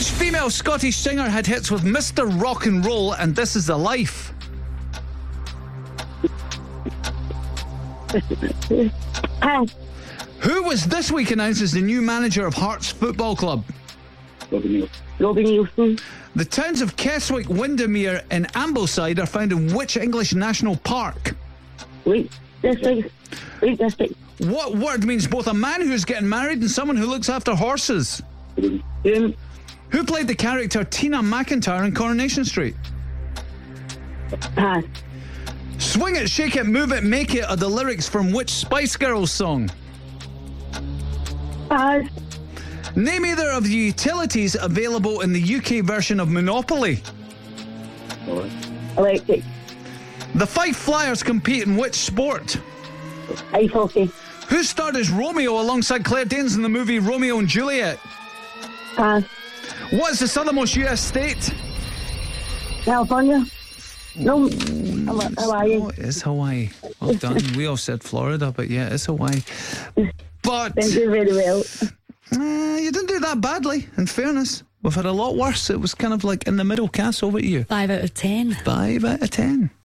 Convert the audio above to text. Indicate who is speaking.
Speaker 1: female Scottish singer had hits with Mr. Rock and Roll and This Is the Life?
Speaker 2: Pass.
Speaker 1: Who was this week announced as the new manager of Hearts Football Club?
Speaker 2: Robin Nielsen.
Speaker 1: The towns of Keswick, Windermere, and Ambleside are found in which English national park?
Speaker 2: Wait. District. Wait. District.
Speaker 1: What word means both a man who's getting married and someone who looks after horses?
Speaker 2: Room.
Speaker 1: Who played the character Tina McIntyre in Coronation Street?
Speaker 2: Pass.
Speaker 1: Swing it, shake it, move it, make it are the lyrics from which Spice Girls song?
Speaker 2: Pass.
Speaker 1: Name either of the utilities available in the UK version of Monopoly.
Speaker 2: Electric.
Speaker 1: The Five Flyers compete in which sport?
Speaker 2: Ice hockey.
Speaker 1: Who starred as Romeo alongside Claire Danes in the movie Romeo and Juliet?
Speaker 2: Pass.
Speaker 1: What is the southernmost US state?
Speaker 2: California. No. Hawa- Hawaii.
Speaker 1: Oh, it is Hawaii. Well done. we all said Florida, but yeah, it's Hawaii. But
Speaker 2: Thank you very well.
Speaker 1: uh, you didn't do that badly, in fairness. We've had a lot worse. It was kind of like in the middle, Cass, over to you.
Speaker 3: Five out of ten.
Speaker 1: Five out of ten.